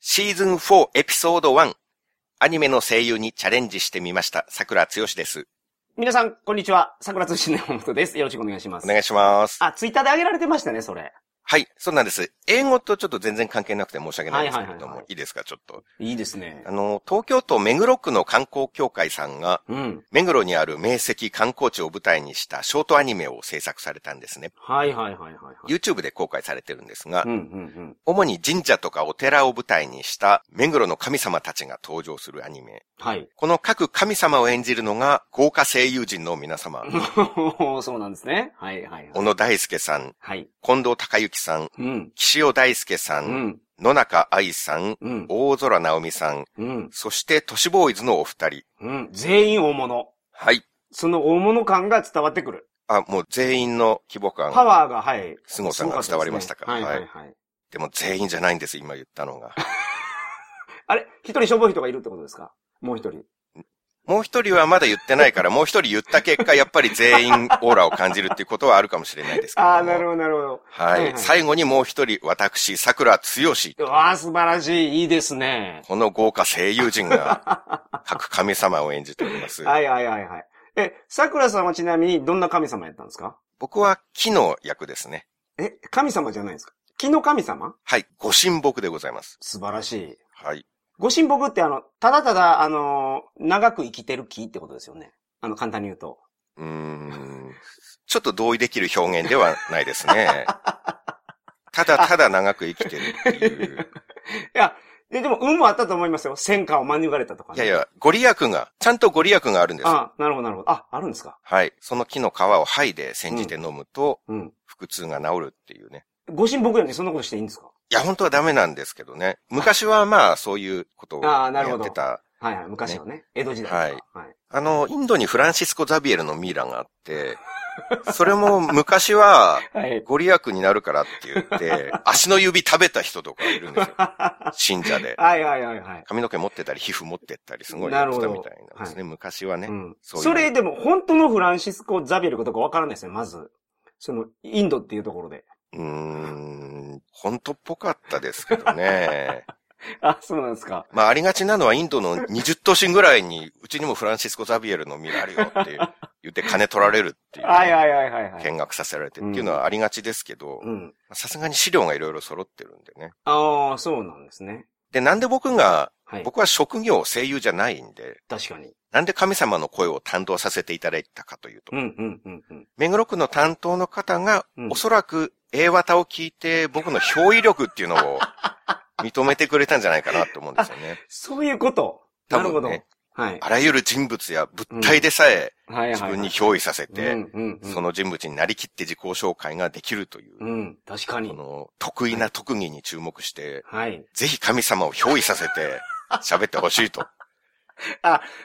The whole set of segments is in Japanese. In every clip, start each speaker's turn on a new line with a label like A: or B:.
A: シーズン4エピソード1、アニメの声優にチャレンジしてみました、桜つよしです。
B: 皆さん、こんにちは。桜通信の山本です。よろしくお願いしま
A: お
B: す。
A: 願いします。
B: あ、ツイッターで上げられてましたね、それ。
A: はい、そうなんです。英語とちょっと全然関係なくて申し訳ないんですけれども、
B: はいはいいはいいはい
A: ですか、ちょっと。
B: いいですね
A: あ。の、東京都目黒区の観光協会さんが、
B: うん。
A: 目黒にある名石観光地を舞台にしたショートアニメを制作されたんですね。
B: はいはいはいはい、はい。
A: YouTube で公開されてるんですが、
B: うんうん
A: 主に神社とかお寺を舞台にした目黒の神様たちが登場するアニメ。
B: うん。はい。
A: この各神様を演じるのが豪華声優陣の皆様。
B: そうなんですね。はいはいは
A: 小
B: い。
A: 野大輔さん、
B: はい。
A: 近藤隆之さん、
B: うん。
A: 岸尾大輔さ、
B: うんん。
A: 野中愛さん、
B: うん。
A: 大空直美さん、
B: うん。
A: そして都市ボーイズのお二人。
B: うん。全員大物。
A: はい。
B: その大物感が伝わってくる。
A: あ、もう全員の規模感。
B: パワーが、はい。
A: 凄さが伝わりましたか
B: すごったです
A: は
B: ねはいはいはい。
A: でも全員じゃないんです、今言ったのが。
B: あれ一人消防人がいるってことですかもう一人。
A: もう一人はまだ言ってないから、もう一人言った結果、やっぱり全員オーラを感じるっていうことはあるかもしれないですけども。
B: ああ、なるほどなるほど。
A: は
B: はい
A: い。
B: はい
A: 最後にもう一人、私、桜つよし
B: う。わあ、素晴らしい。いいですね。
A: この豪華声優陣が、各神様を演じております。
B: はいはいはいはい。え、桜さんはちなみにどんな神様やったんですか
A: 僕は木の役ですね。
B: え、神様じゃないですか木の神様
A: はい。ご神木でございます。
B: 素晴らしい。
A: はい。
B: ご神木ってあの、ただただ、あのー長く生きてる木ってことですよね。あの、簡単に言うと。
A: うーん。ちょっと同意できる表現ではないです ね。ただただ長く生きてるっていう。
B: いや、ででも運もあったと思いますよ。戦火を免れたとか、
A: いやい。や、ご利益が、ちゃんとご利益があるんですよ。
B: あなるほどなるほど。あ、あるんですか
A: はい。その木の皮を剥いで煎じて飲むと、
B: うん。
A: 腹痛が治るっていうね。
B: ご神木よりそんなことしていいんですか
A: いや、本当はダメなんですけどね。昔はまあ、そういうことをや
B: あーなるほ
A: っ
B: ど
A: てた。
B: はいはい。昔はね。江戸時代ですか。はい。
A: あの、インドにフランシスコ・ザビエルのミイラがあって、それも昔は、
B: はい。はい、
A: ご利益になるからって言って、足の指食べた人とかいるんですよ。信者で。
B: はいはいはいはい。
A: 髪の毛持ってたり、皮膚持ってったり、すごいやっ
B: な
A: て
B: るほ
A: た
B: ど
A: みたいなんですね。昔はね。
B: うん
A: そういう
B: それでも本当のフランシスコ・ザビエルかどうかわからないですね、まず。その、インドっていうところで。
A: うーん、本当っぽかったですけどね。
B: あ、そうなんですか。
A: まあ、ありがちなのはインドの20都市ぐらいに、うちにもフランシスコ・ザビエルのミラあるよって言って金取られるって いう。
B: はいはいはいはい、はい。
A: 見学させられてっていうのはありがちですけど、
B: うん。
A: さすがに資料がいろいろ揃ってるんでね。
B: ああ、そうなんですね。
A: で、なんで僕が、
B: はい。
A: 僕は職業声優じゃないんで、
B: 確かに。
A: なんで神様の声を担当させていただいたかというと
B: う、んうんうんうん。
A: 目黒区の担当の方が
B: うん、
A: おそらく A 型を聞いて、僕の表意力っていうのを認めてくれたんじゃないかなと思うんですよ ね。
B: そういうこと。
A: 多
B: なるほ
A: 分
B: ど。はい
A: ね。、
B: はい
A: あらゆる人物や物体でさえ
B: はいはい。
A: 自分に憑依させて、
B: うんうんうん、
A: そ、の人物になりきって自己紹介ができるという
B: う、ん。確か
A: こ
B: に。
A: の得意な特技に注目して、
B: はい。
A: ぜひ神様を憑依させて喋ってほしい と。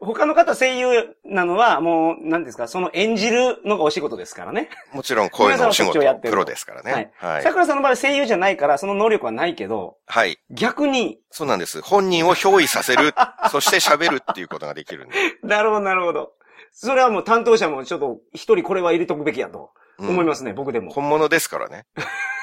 B: 他の方声優なのは、もう、何ですか、その演じるのがお仕事ですからね。
A: もちろん声のお仕
B: 皆さんはそっちをや
A: 事、
B: ってる
A: プロですからね。はい。
B: 桜さんの場合は声優じゃないから、その能力はないけど、
A: はい。
B: 逆に、
A: そうなんです。本人を憑依させ る、そして喋るっていうことができるんで。
B: なるほど、なるほど。それはもう担当者もちょっと一人これは入れとくべきやと
A: うん
B: 思いますね、僕でも。
A: 本物ですから ね。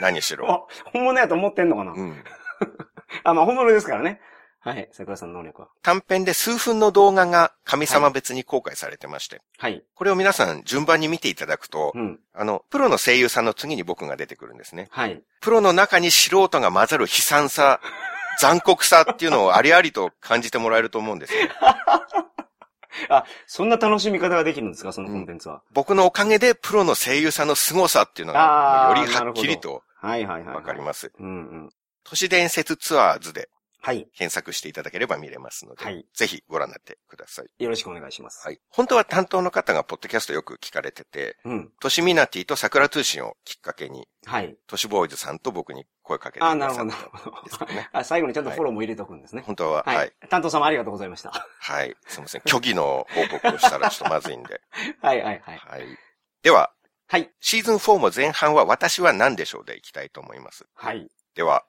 A: 何しろ。
B: あ、本物やと思ってんのかな、
A: うん。
B: あ、まあ本物ですからね。はい、桜さんの能力は。
A: 短編で数分の動画が神様別に公開されてまして、
B: はい。
A: これを皆さん順番に見ていただくと、
B: うん。
A: あの、プロの声優さんの次に僕が出てくるんですね。
B: はい。
A: プロの中に素人が混ざる悲惨 さ、残酷さっていうのをありありと感じてもらえると思うんですよ。
B: そんな楽しみ方ができるんですかそのコンテンツは。
A: 僕のおかげでプロの声優さんの凄さっていうのが、
B: あー
A: よりはっきりと
B: はいはいはい、
A: わかり
B: す。
A: ます。
B: うんうん。
A: 都市伝説ツアーズで
B: はい。
A: 検索していただければ見れますので、
B: はい
A: ぜひご覧になってください。
B: よろしくお願いします。
A: はい。本当は担当の方がポッドキャストよく聞かれてて、
B: うん。
A: 都市ミナティと桜通信をきっかけに、
B: はい。
A: 都市ボーイズさんと僕に声かけてくだ
B: あ、
A: さったん
B: なるほど、なるほど。
A: ですけどね。
B: あ、最後にちゃんとフォローも入れとくんですね。
A: 本当は、はい、はい。
B: 担当様ありがとうございました。
A: すいません。虚偽の報告をしたらちょっとまずいんで。
B: はいはいはい。
A: はい。では、
B: はい。
A: シーズン4も前半は私は何でしょうでいきたいと思います。
B: はい。
A: では、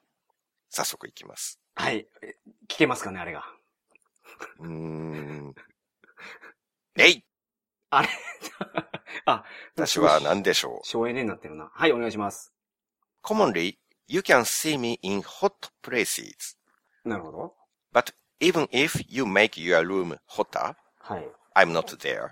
A: 早速いきます。
B: はい。え聞けますかね、あれが。
A: うーん。え い
B: あ、
A: 私は何でしょう
B: 省エネになってるな。はい、お願いします。
A: Commonly, you can see me in hot places.
B: うなるほど。
A: But even if you make your room hotter,
B: はい。
A: I'm not there.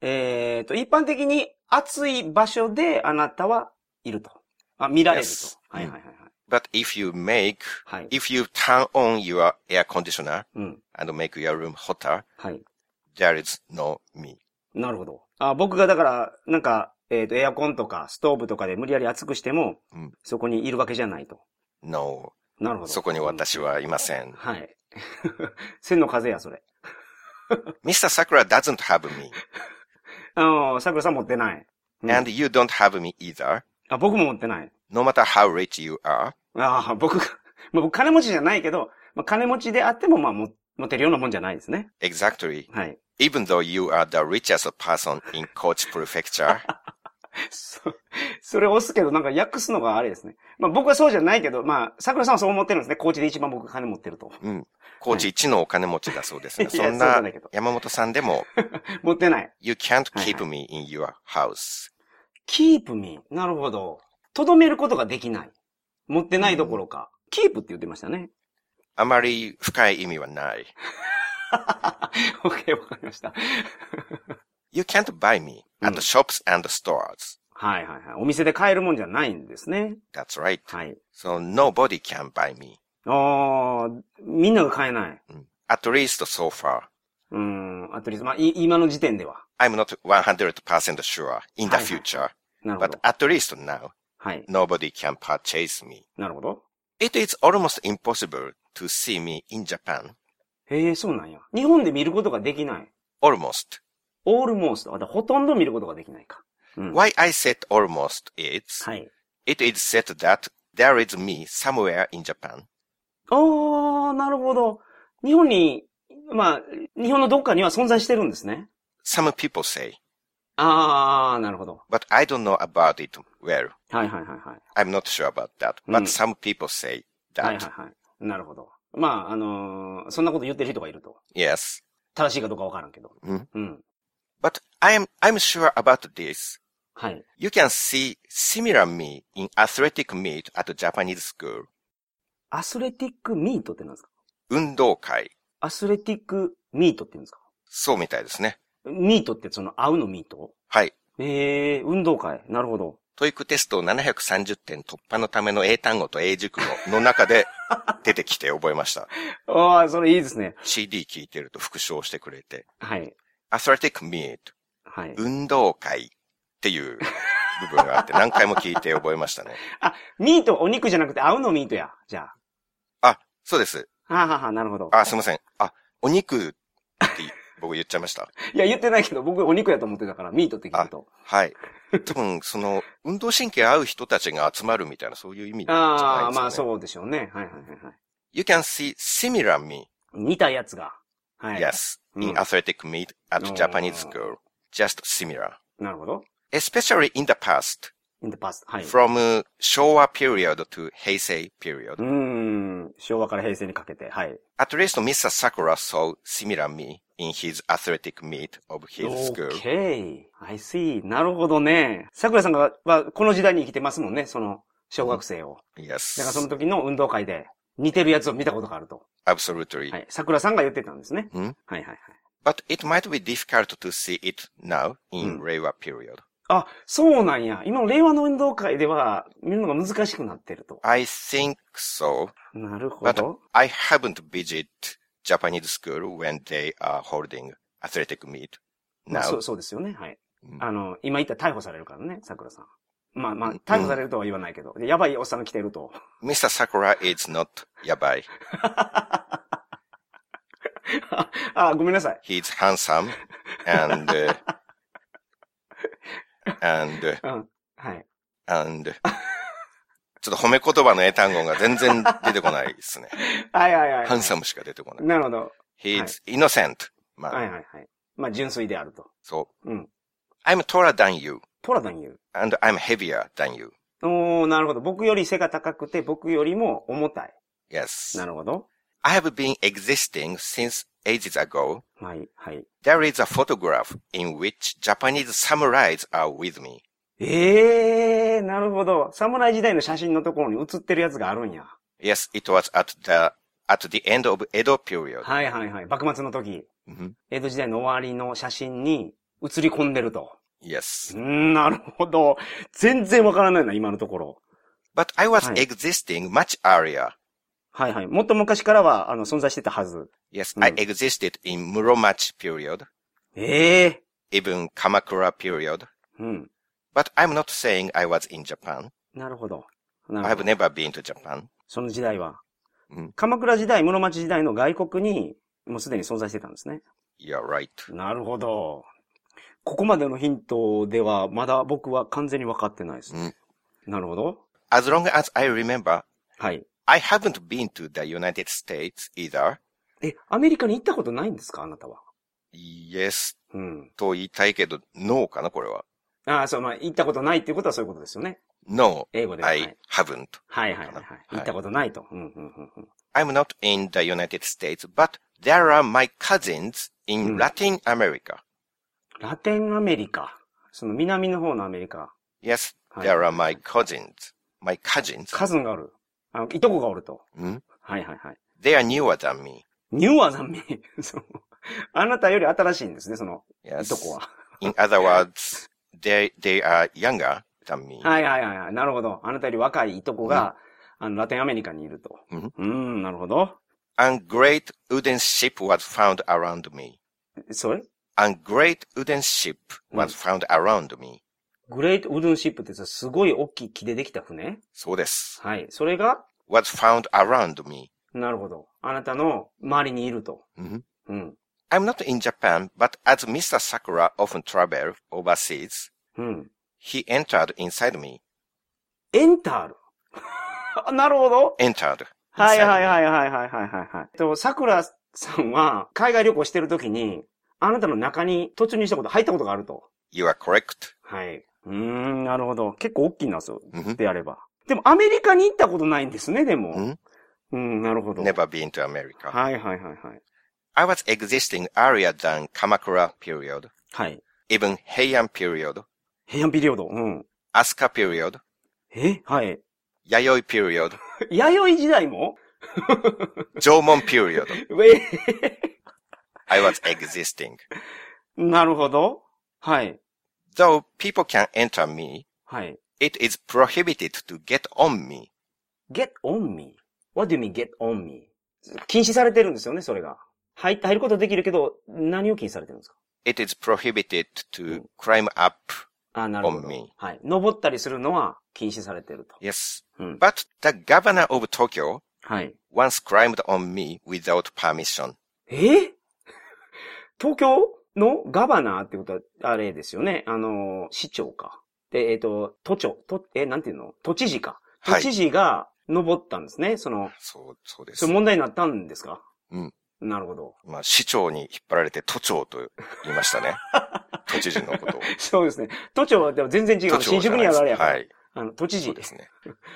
B: えっ、と、一般的に暑い場所であなたはいると。あ、見られると。
A: Yes.
B: はいはいはいはい。
A: But if you make,
B: はい。
A: if you turn on your air conditioner
B: うん。
A: and make your room hotter,
B: はい。
A: there is no me.
B: なるほど。あ僕がだから、なんか、えっ、と、エアコンとかストーブとかで無理やり暑くしても、
A: うん
B: そこにいるわけじゃないと。
A: No.
B: なるほど。
A: そこに私はいません。
B: はい。 千の風や、それ。
A: Mr. Sakura doesn't have me.
B: ああ、桜さん持ってない。うん
A: And you don't have me either.
B: あ、僕も持ってない。
A: No matter how rich you are.
B: ああ、僕が、まあ僕金持ちじゃないけど、まあ金持ちであっても、まあも持てるようなもんじゃないですね。
A: Exactly.
B: はい。
A: Even though you are the richest person in Kochi Prefecture.
B: そ、それ押すけど、なんか訳すのがあれですね。まあ僕はそうじゃないけど、まあ桜さんはそう思ってるんですね。高知で一番僕が金持ってると。
A: うん。高知一のお金持ちだそうですね。
B: いや
A: そん
B: そうじゃ
A: な
B: ないけど
A: 山本さんでも、
B: 持ってない。
A: You can't
B: はい
A: keep me in your house.
B: keep me. なるほど。とどめることができない。持ってないどころか。keep って言ってましたね。
A: あまり深い意味はない。
B: OK, わかりました。
A: You can't buy me
B: う
A: at
B: ん
A: shops and stores.
B: はいはいはい。お店で買えるもんじゃないんですね。
A: That's right.
B: はい。
A: So nobody can buy me.
B: ああ、みんなが買えない。
A: At least so far.
B: うん、アトリス、まあ、い今の時点では。
A: I'm not 100% sure in the
B: はいはい
A: future.
B: なるほ
A: But
B: ど。
A: at least now,
B: はい。
A: nobody can purchase me.
B: なるほど。
A: It is almost impossible to see me in Japan.
B: へえ、そうなんや。日本で見ることができない。
A: Almost.
B: オールモースト。あだからほとんど見ることができないか。うん。
A: Why I said almost is,
B: はい。
A: it is said that there is me somewhere in Japan.
B: あー、なるほど。日本に、まあ、日本のどっかには存在してるんですね。
A: Some people say,
B: あー、なるほど。
A: but I don't know about it well.
B: はいはいはいはい。
A: I'm not sure about that. But
B: うん
A: some people say
B: はい
A: that.
B: はいはい。なるほど。まあ、あのーそんなこと言ってる人がいると。
A: Yes.
B: 正しいかどうかわからんけど。
A: うん。
B: うん。
A: But I am, I'm sure about this.
B: はい。
A: You can see similar me in athletic meet at Japanese school.
B: アスレティックミートってなんですか
A: 運動会。
B: アスレティックミートって言うんですか
A: そうみたいですね。
B: ミートってその、合うのミート
A: はい。
B: ええー、運動会。なるほど。
A: トイックテスト730点突破のための英単語と英熟語の中で出てきて覚えました。
B: ああ、それいいですね。
A: CD 聞いてると復唱してくれて。
B: はい。
A: アスレティックミート、
B: はい。
A: 運動会っていう部分があって何回も聞いて覚えましたね。
B: ミート、お肉じゃなくて、合うのミートや。じゃ
A: あ、そうです。
B: あ。はあ、はあはあ、なるほど。
A: あ、すいません。あ、お肉って僕言っちゃいました。
B: いや、言ってないけど、僕お肉やと思ってたから、ミートって聞くと。
A: はい。多分、その、運動神経合う人たちが集まるみたいな、そういう意味じゃないですか、ね。
B: ああー、まあ
A: う。
B: そうでしょうね。はいはいはいはい。
A: You can see similar me,
B: 似たやつが。はい。
A: yes,
B: う
A: in
B: ん
A: athletic meet at
B: おー
A: Japanese school. Just similar.
B: なるほど。
A: Especially in the past,
B: in the past. はい。う
A: from uh, Showa period to Heisei period.
B: ーん。昭和から平成にかけて。はい。
A: At least Mr. Sakura saw similar me in his athletic meet of his school.
B: okay. I see. なるほどね。桜さんが、まあ、この時代に生きてますもんね。その、小学生を。だからそ
A: Yes,
B: の時の運動会で、似てるやつを見たことがあると。
A: absolutely.
B: はい。桜さんが言ってたんですね。
A: うん
B: はいはいはい。
A: But it might be difficult to see it now in
B: うん
A: Reiwa period.
B: あ、そうなんや。今の令和の運動会では、見るのが難しくなってると。
A: I think so.
B: なるほ
A: But
B: ど。
A: I haven't visited Japanese school when they are holding athletic meet
B: まあ、そ
A: now.
B: うそうですよね。はい。
A: うん
B: あの、今言ったら逮捕されるからね、桜さん。まあまあ
A: う、ん
B: 逮捕されるとは言わないけど、でやばいおっさんが来てると。
A: Mr. Sakura is not yabai.
B: あ、ごめんなさい。
A: He's handsome and uh, and uh,
B: うん。はい。
A: and ちょっと褒め言葉の英単語が全然出てこないですね。
B: はいはいはい。
A: ハンサムしか出てこない。
B: なるほど。
A: He's innocent. まあ、
B: はいはいはい。まあ、純粋であると。
A: そう。
B: うん
A: I'm taller than you
B: ポラダン言う。
A: and I'm heavier than you.
B: おー、なるほど。僕より背が高くて、僕よりも重たい。
A: Yes.
B: なるほど。
A: I have been existing since ages ago.
B: はい、はい。
A: There is a photograph in which Japanese samurais are with me.
B: ええー、なるほど。侍時代の写真のところに写ってるやつがあるんや。
A: Yes, it was at the at the end of Edo period.
B: はいはいはい。幕末の時、
A: Mhm.
B: 江戸時代の終わりの写真に映り込んでると。う
A: Yes.
B: ーんなるほど。全然わからないな、今のところ。
A: But I was
B: Hi.
A: existing much earlier.
B: はいはい。もっと昔からは、あの、存在してたはず。
A: Yes, I
B: Mm.
A: existed in Muromachi period,
B: ええ
A: even Kamakura period.
B: うん。
A: But I'm not saying I was in Japan.
B: なるほど。な
A: I
B: るほ
A: have
B: ど。
A: never been to Japan.
B: その時代は。
A: うん
B: 鎌倉時代、室町時代の外国に、もうすでに存在してたんですね。
A: You're right.
B: なるほど。ここまでのヒントでは、まだ僕は完全に分かってないです。
A: うん
B: なるほど。
A: As long as I remember,
B: はい。
A: I haven't been to the United States either.
B: え、アメリカに行ったことないんですかあなたは。
A: Yes
B: うん。
A: と言いたいけど、no かなこれは。
B: ああ、そう、まあ、行ったことないっていうことはそういうことですよね。
A: No,
B: 英語では。はい
A: I haven't.
B: はいはいはいはい。
A: い
B: 行ったことないと。うんうんうんうん。
A: I'm not in the United States, but there are my cousins in
B: うん
A: Latin America.
B: ラテンアメリカ。その南の方のアメリカ。
A: Yes,
B: はい
A: there are my cousins. My cousins.
B: カズンがおる。あの、いとこがおると。
A: ん
B: はいはいはい。
A: They are newer than me.
B: ニューアザンメイ。 そうあなたより新しいんですね、その、い
A: Yes.
B: とこは。
A: In other words, they, they are younger than me.
B: はいはいはいはい。なるほど。あなたより若いいとこが、あの、ラテンアメリカにいると。
A: うん
B: うん、なるほど。
A: And great wooden ship was found around me.
B: それ
A: And great wooden ship was found around me.
B: グレートウルンシップってさ、すごい大きい木でできた船
A: そうです。
B: はい。それが、
A: was found around me.
B: なるほど。あなたの周りにいると。
A: うん
B: うん。
A: I'm not in Japan, but as Mr. Sakura often traveled overseas,
B: うん。
A: he entered inside me.
B: エンタール。あ なるほど。
A: entered.
B: はいはい
A: い。
B: はいはいはいはいはいはい。えっと、桜さんは、海外旅行してるときに、あなたの中に突入したこと、入ったことがあると。
A: You are correct.
B: はい。うーん、なるほど。結構大きいな、そう。
A: Mhm.
B: であれば。でも、アメリカに行ったことないんですね、でも。
A: Mhm.
B: うん、なるほど。
A: Never been to America.
B: はいはいはいはい。
A: I was existing earlier than Kamakura period,
B: はい。
A: even Heian period,
B: 平安ピリオド。うん。
A: Asuka period,
B: え はい。
A: Yayoi period,
B: 弥生時代も
A: Jomon period.
B: え ー
A: I was existing.
B: なるほど。はい。
A: Though people can enter me,
B: はい。
A: it is prohibited to get on me.
B: get on me. What do you mean get on me? 禁止されてるんですよね、それが。入って、入ることできるけど、何を禁止されてるんですか
A: It is prohibited to climb up.
B: あ、なるほ
A: on
B: ど
A: me.。
B: はい。登ったりするのは禁止されてると。
A: Yes.
B: うん。
A: But the governor of Tokyo
B: はい。
A: once climbed on me without permission.
B: え東京のガバナーってことは、あれですよね。あのー、市長か。で、えっ、と、都庁、都、え、なんていうの都知事か。都
A: はい
B: 知事が登ったんですね。その、
A: そう、そうです
B: それ。問題になったんですか
A: うん。
B: なるほど。
A: まあ、市長に引っ張られて都庁と言いま したね。都知事のことを。
B: そうですね。都庁はでも全然違
A: 都
B: う。
A: 庁
B: 新
A: じゃ
B: 宿
A: ない
B: に
A: で
B: あ
A: す
B: るあれやから。
A: はい。
B: あの、都知
A: そう
B: 事
A: で。すね。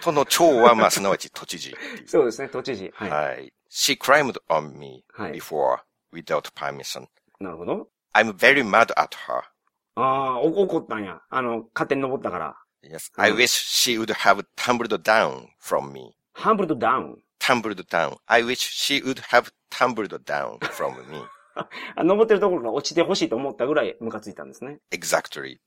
A: 都の庁は、 まあ、すなわち都知事っていう。
B: そうですね、都知事。はい。
A: はい。She climbed on me
B: はい。
A: before without permission.
B: なるほど。
A: I'm very mad at her.
B: ああ、お怒ったんや。あの、勝手に登ったから。
A: Yes. I wish she would have tumbled down from me.
B: ハンブルドダウン。
A: Tumbled down. I wish she would have tumbled down from me.
B: あ登ってるところが落ちてほしいと思ったぐらいムカついたんですね。
A: Exactly.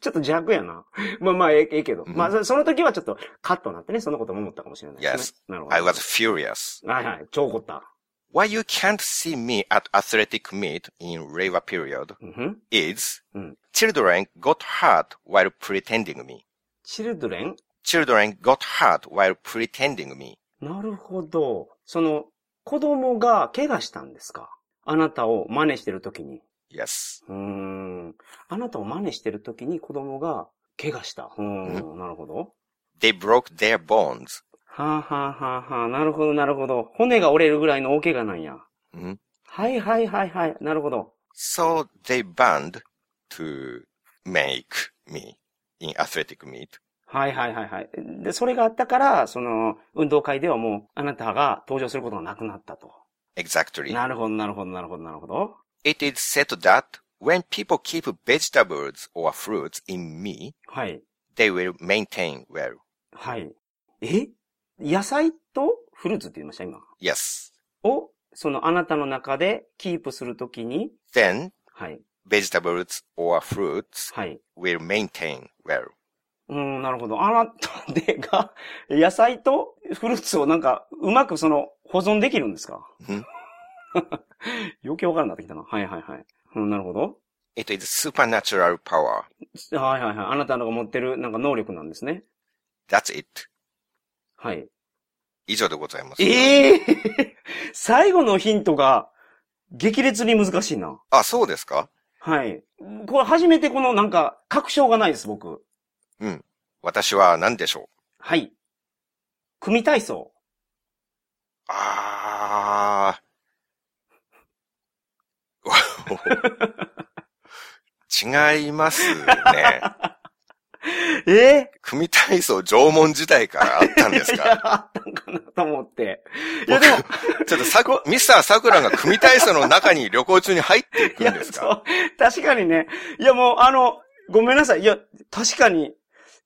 B: ちょっと邪悪やな。 まあまあ、ええええけど。
A: うん
B: まあ、そその時はちょっとカットになってね、そのことも思ったかもしれないですね。なるほど。
A: I was furious.
B: はいはい、超怒った。
A: Why you can't see me at athletic meet in Reiwa period
B: うんふん
A: is
B: うん。
A: children got hurt while pretending me.
B: チルドレン
A: Children got hurt while pretending me.
B: なるほど。その、子供が怪我したんですかあなたを真似してる時に。
A: Yes.
B: うーん。あなたを真似してる時に子供が怪我した。うーん、なるほど。
A: They broke their bones.
B: はあ、はあはあはあ、なるほど、なるほど。骨が折れるぐらいの大怪我なんや。
A: うん
B: はいはいはいはい。なるほど。
A: Hmm? So they banned to make me in athletic meet.
B: はいはいはいはい。で、それがあったから、その、運動会ではもう、あなたが登場することがなくなったと。
A: Exactly.
B: なるほど、なるほど、なるほど、なるほど。
A: It is said that when people keep vegetables or fruits in me,
B: はい。
A: they will maintain well.
B: はい。え野菜とフルーツって言いました、今。
A: Yes.
B: を、そのあなたの中でキープするときに、
A: Then,
B: はい、
A: vegetables or fruits
B: はい。
A: will maintain well.
B: うん、なるほど。あなたでが、 野菜とフルーツをなんか、うまくその、保存できるんですか
A: うん
B: 余計わからなくなってきたな。はいはいはい。うん、なるほど。
A: It is supernatural power.
B: はいはいはい。あなたのが持ってるなんか能力なんですね。
A: That's it.
B: はい。
A: 以上でございます。
B: ええ 最後のヒントが、激烈に難しいな。
A: あ、そうですか
B: はい。これ初めてこのなんか、確証がないです、僕。
A: 私は何でしょう
B: はい。組体操。
A: あー。違います ね。
B: ええ
A: 組体操縄文時代からあったんです
B: い
A: か
B: や、あったんかなと思って。いや、でも、
A: ちょっとさく、ミスターさくらが組体操の中に旅行中に入ってい
B: い
A: くん
B: や、
A: です
B: そ
A: か
B: う。確かにね。いや、もう、あの、ごめんなさい。いや、確かに、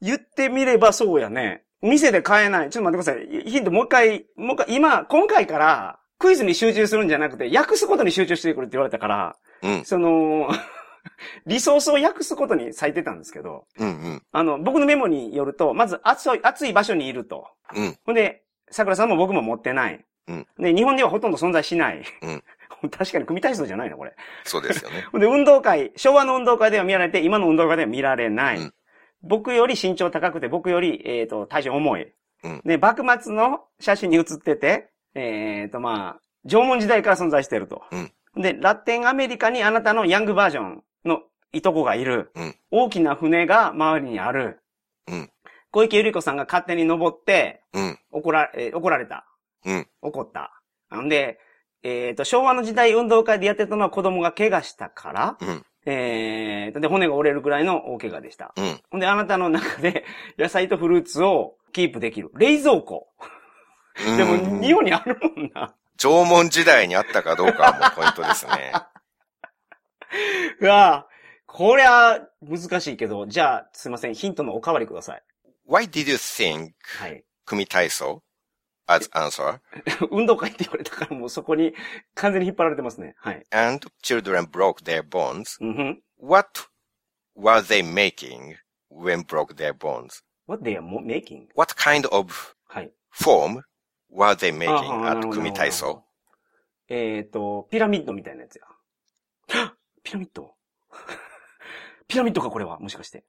B: 言ってみればそうやね。店で買えない。ちょっと待ってください。ヒントもう一回、もう一回、今、今回から、クイズに集中するんじゃなくて、訳すことに集中してくるって言われたから、
A: うん、
B: その、 リソースを訳すことに割いてたんですけど、
A: うん、
B: あの、僕のメモによると、まず暑い、暑い場所にいると。
A: うん、うん。
B: ほんで、桜さんも僕も持ってない。
A: うん
B: で、日本ではほとんど存在しない。
A: うん
B: 確かに組体操じゃないな、これ。
A: そうですよね。
B: ほんで、運動会、昭和の運動会では見られて、今の運動会では見られない。
A: うん
B: 僕より身長高くて、僕より、えっ、と、体重重い。
A: うん
B: で、幕末の写真に写ってて、えっ、と、まあ、縄文時代から存在してると。で、ラテンアメリカにあなたのヤングバージョンのいとこがいる。
A: うん
B: 大きな船が周りにある。
A: うん
B: 小池百合子さんが勝手に登って、
A: うん、
B: 怒ら、えー怒られた。
A: うん
B: 怒った。なんで、えっ、と、昭和の時代運動会でやってたのは子供が怪我したから、
A: うん、
B: えー、で、骨が折れるぐらいの大怪我でした。
A: うん。
B: ほんで、あなたの中で野菜とフルーツをキープできる。冷蔵庫。でも、
A: うん
B: 日本にあるもんな。
A: 縄文時代にあったかどうかはもうポイントですね。
B: うわぁこりゃ、難しいけど、じゃあ、すいません、ヒントのおかわりください。
A: Why did you think
B: はい。
A: 組体操 as answer
B: 運動会って言われたから、もうそこに完全に引っ張られてますね。はい。
A: and children broke their bones?
B: うんふん。
A: What were they making when broke their bones?
B: What they are mo- making?
A: What kind of
B: はい。
A: form were they making
B: ああな
A: at
B: るほど
A: 組体操
B: えっ、と、ピラミッドみたいなや つや。ピラミッド ピラミッドか、これは。もしかして。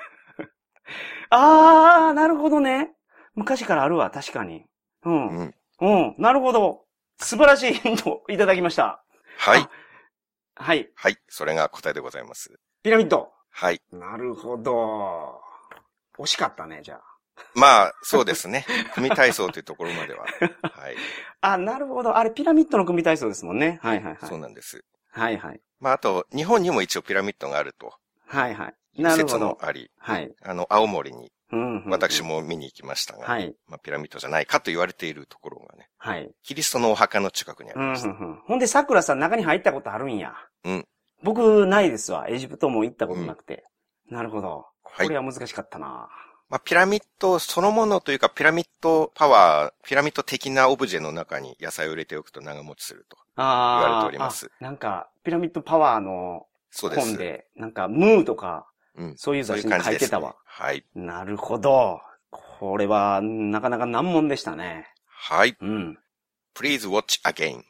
B: あー、なるほどね。昔からあるわ、確かに。うん。うん、
A: うん
B: なるほど。素晴らしいヒントいただきました。
A: はい
B: あ。はい。
A: はい。それが答えでございます。
B: ピラミッド。
A: はい。
B: なるほど。惜しかったね、じゃあ。
A: まあ、そうです ね。組体操というところまでは。はい。
B: あ、なるほど。あれ、ピラミッドの組体操ですもんね。はいはいは
A: そう
B: い。
A: なんです。
B: はいはい。
A: まあ、あと、日本にも一応ピラミッドがあると。
B: はいはい。なる
A: 説
B: ほ
A: も
B: ど。
A: あり、
B: はい。
A: あの、青森に、
B: うんうん
A: 私。も見に行きましたが、
B: はい。
A: まあ、ピラミッドじゃないかと言われているところがね、
B: はい。
A: キリストのお墓の近くにあ
B: う
A: り
B: んう
A: ま
B: ん
A: した。
B: うんほんで、桜さん中に入ったことあるんや。
A: うん。
B: 僕、ないですわ。エジプトも行ったことなくて。なるほど。こ
A: はい
B: れは難しかったな。
A: まあ、ピラミッドそのものというか、ピラミッドパワー、ピラミッド的なオブジェの中に野菜を入れておくと長持ちすると。
B: ああ。
A: 言われております
B: あ。なんか、ピラミッドパワーの
A: そうです。
B: 本で、なんか、ムーとか、
A: うん。
B: そういう雑誌に書いてたわ。
A: はい。
B: なるほど。これは、なかなか難問でしたね。
A: はい。
B: うん。
A: Please watch again.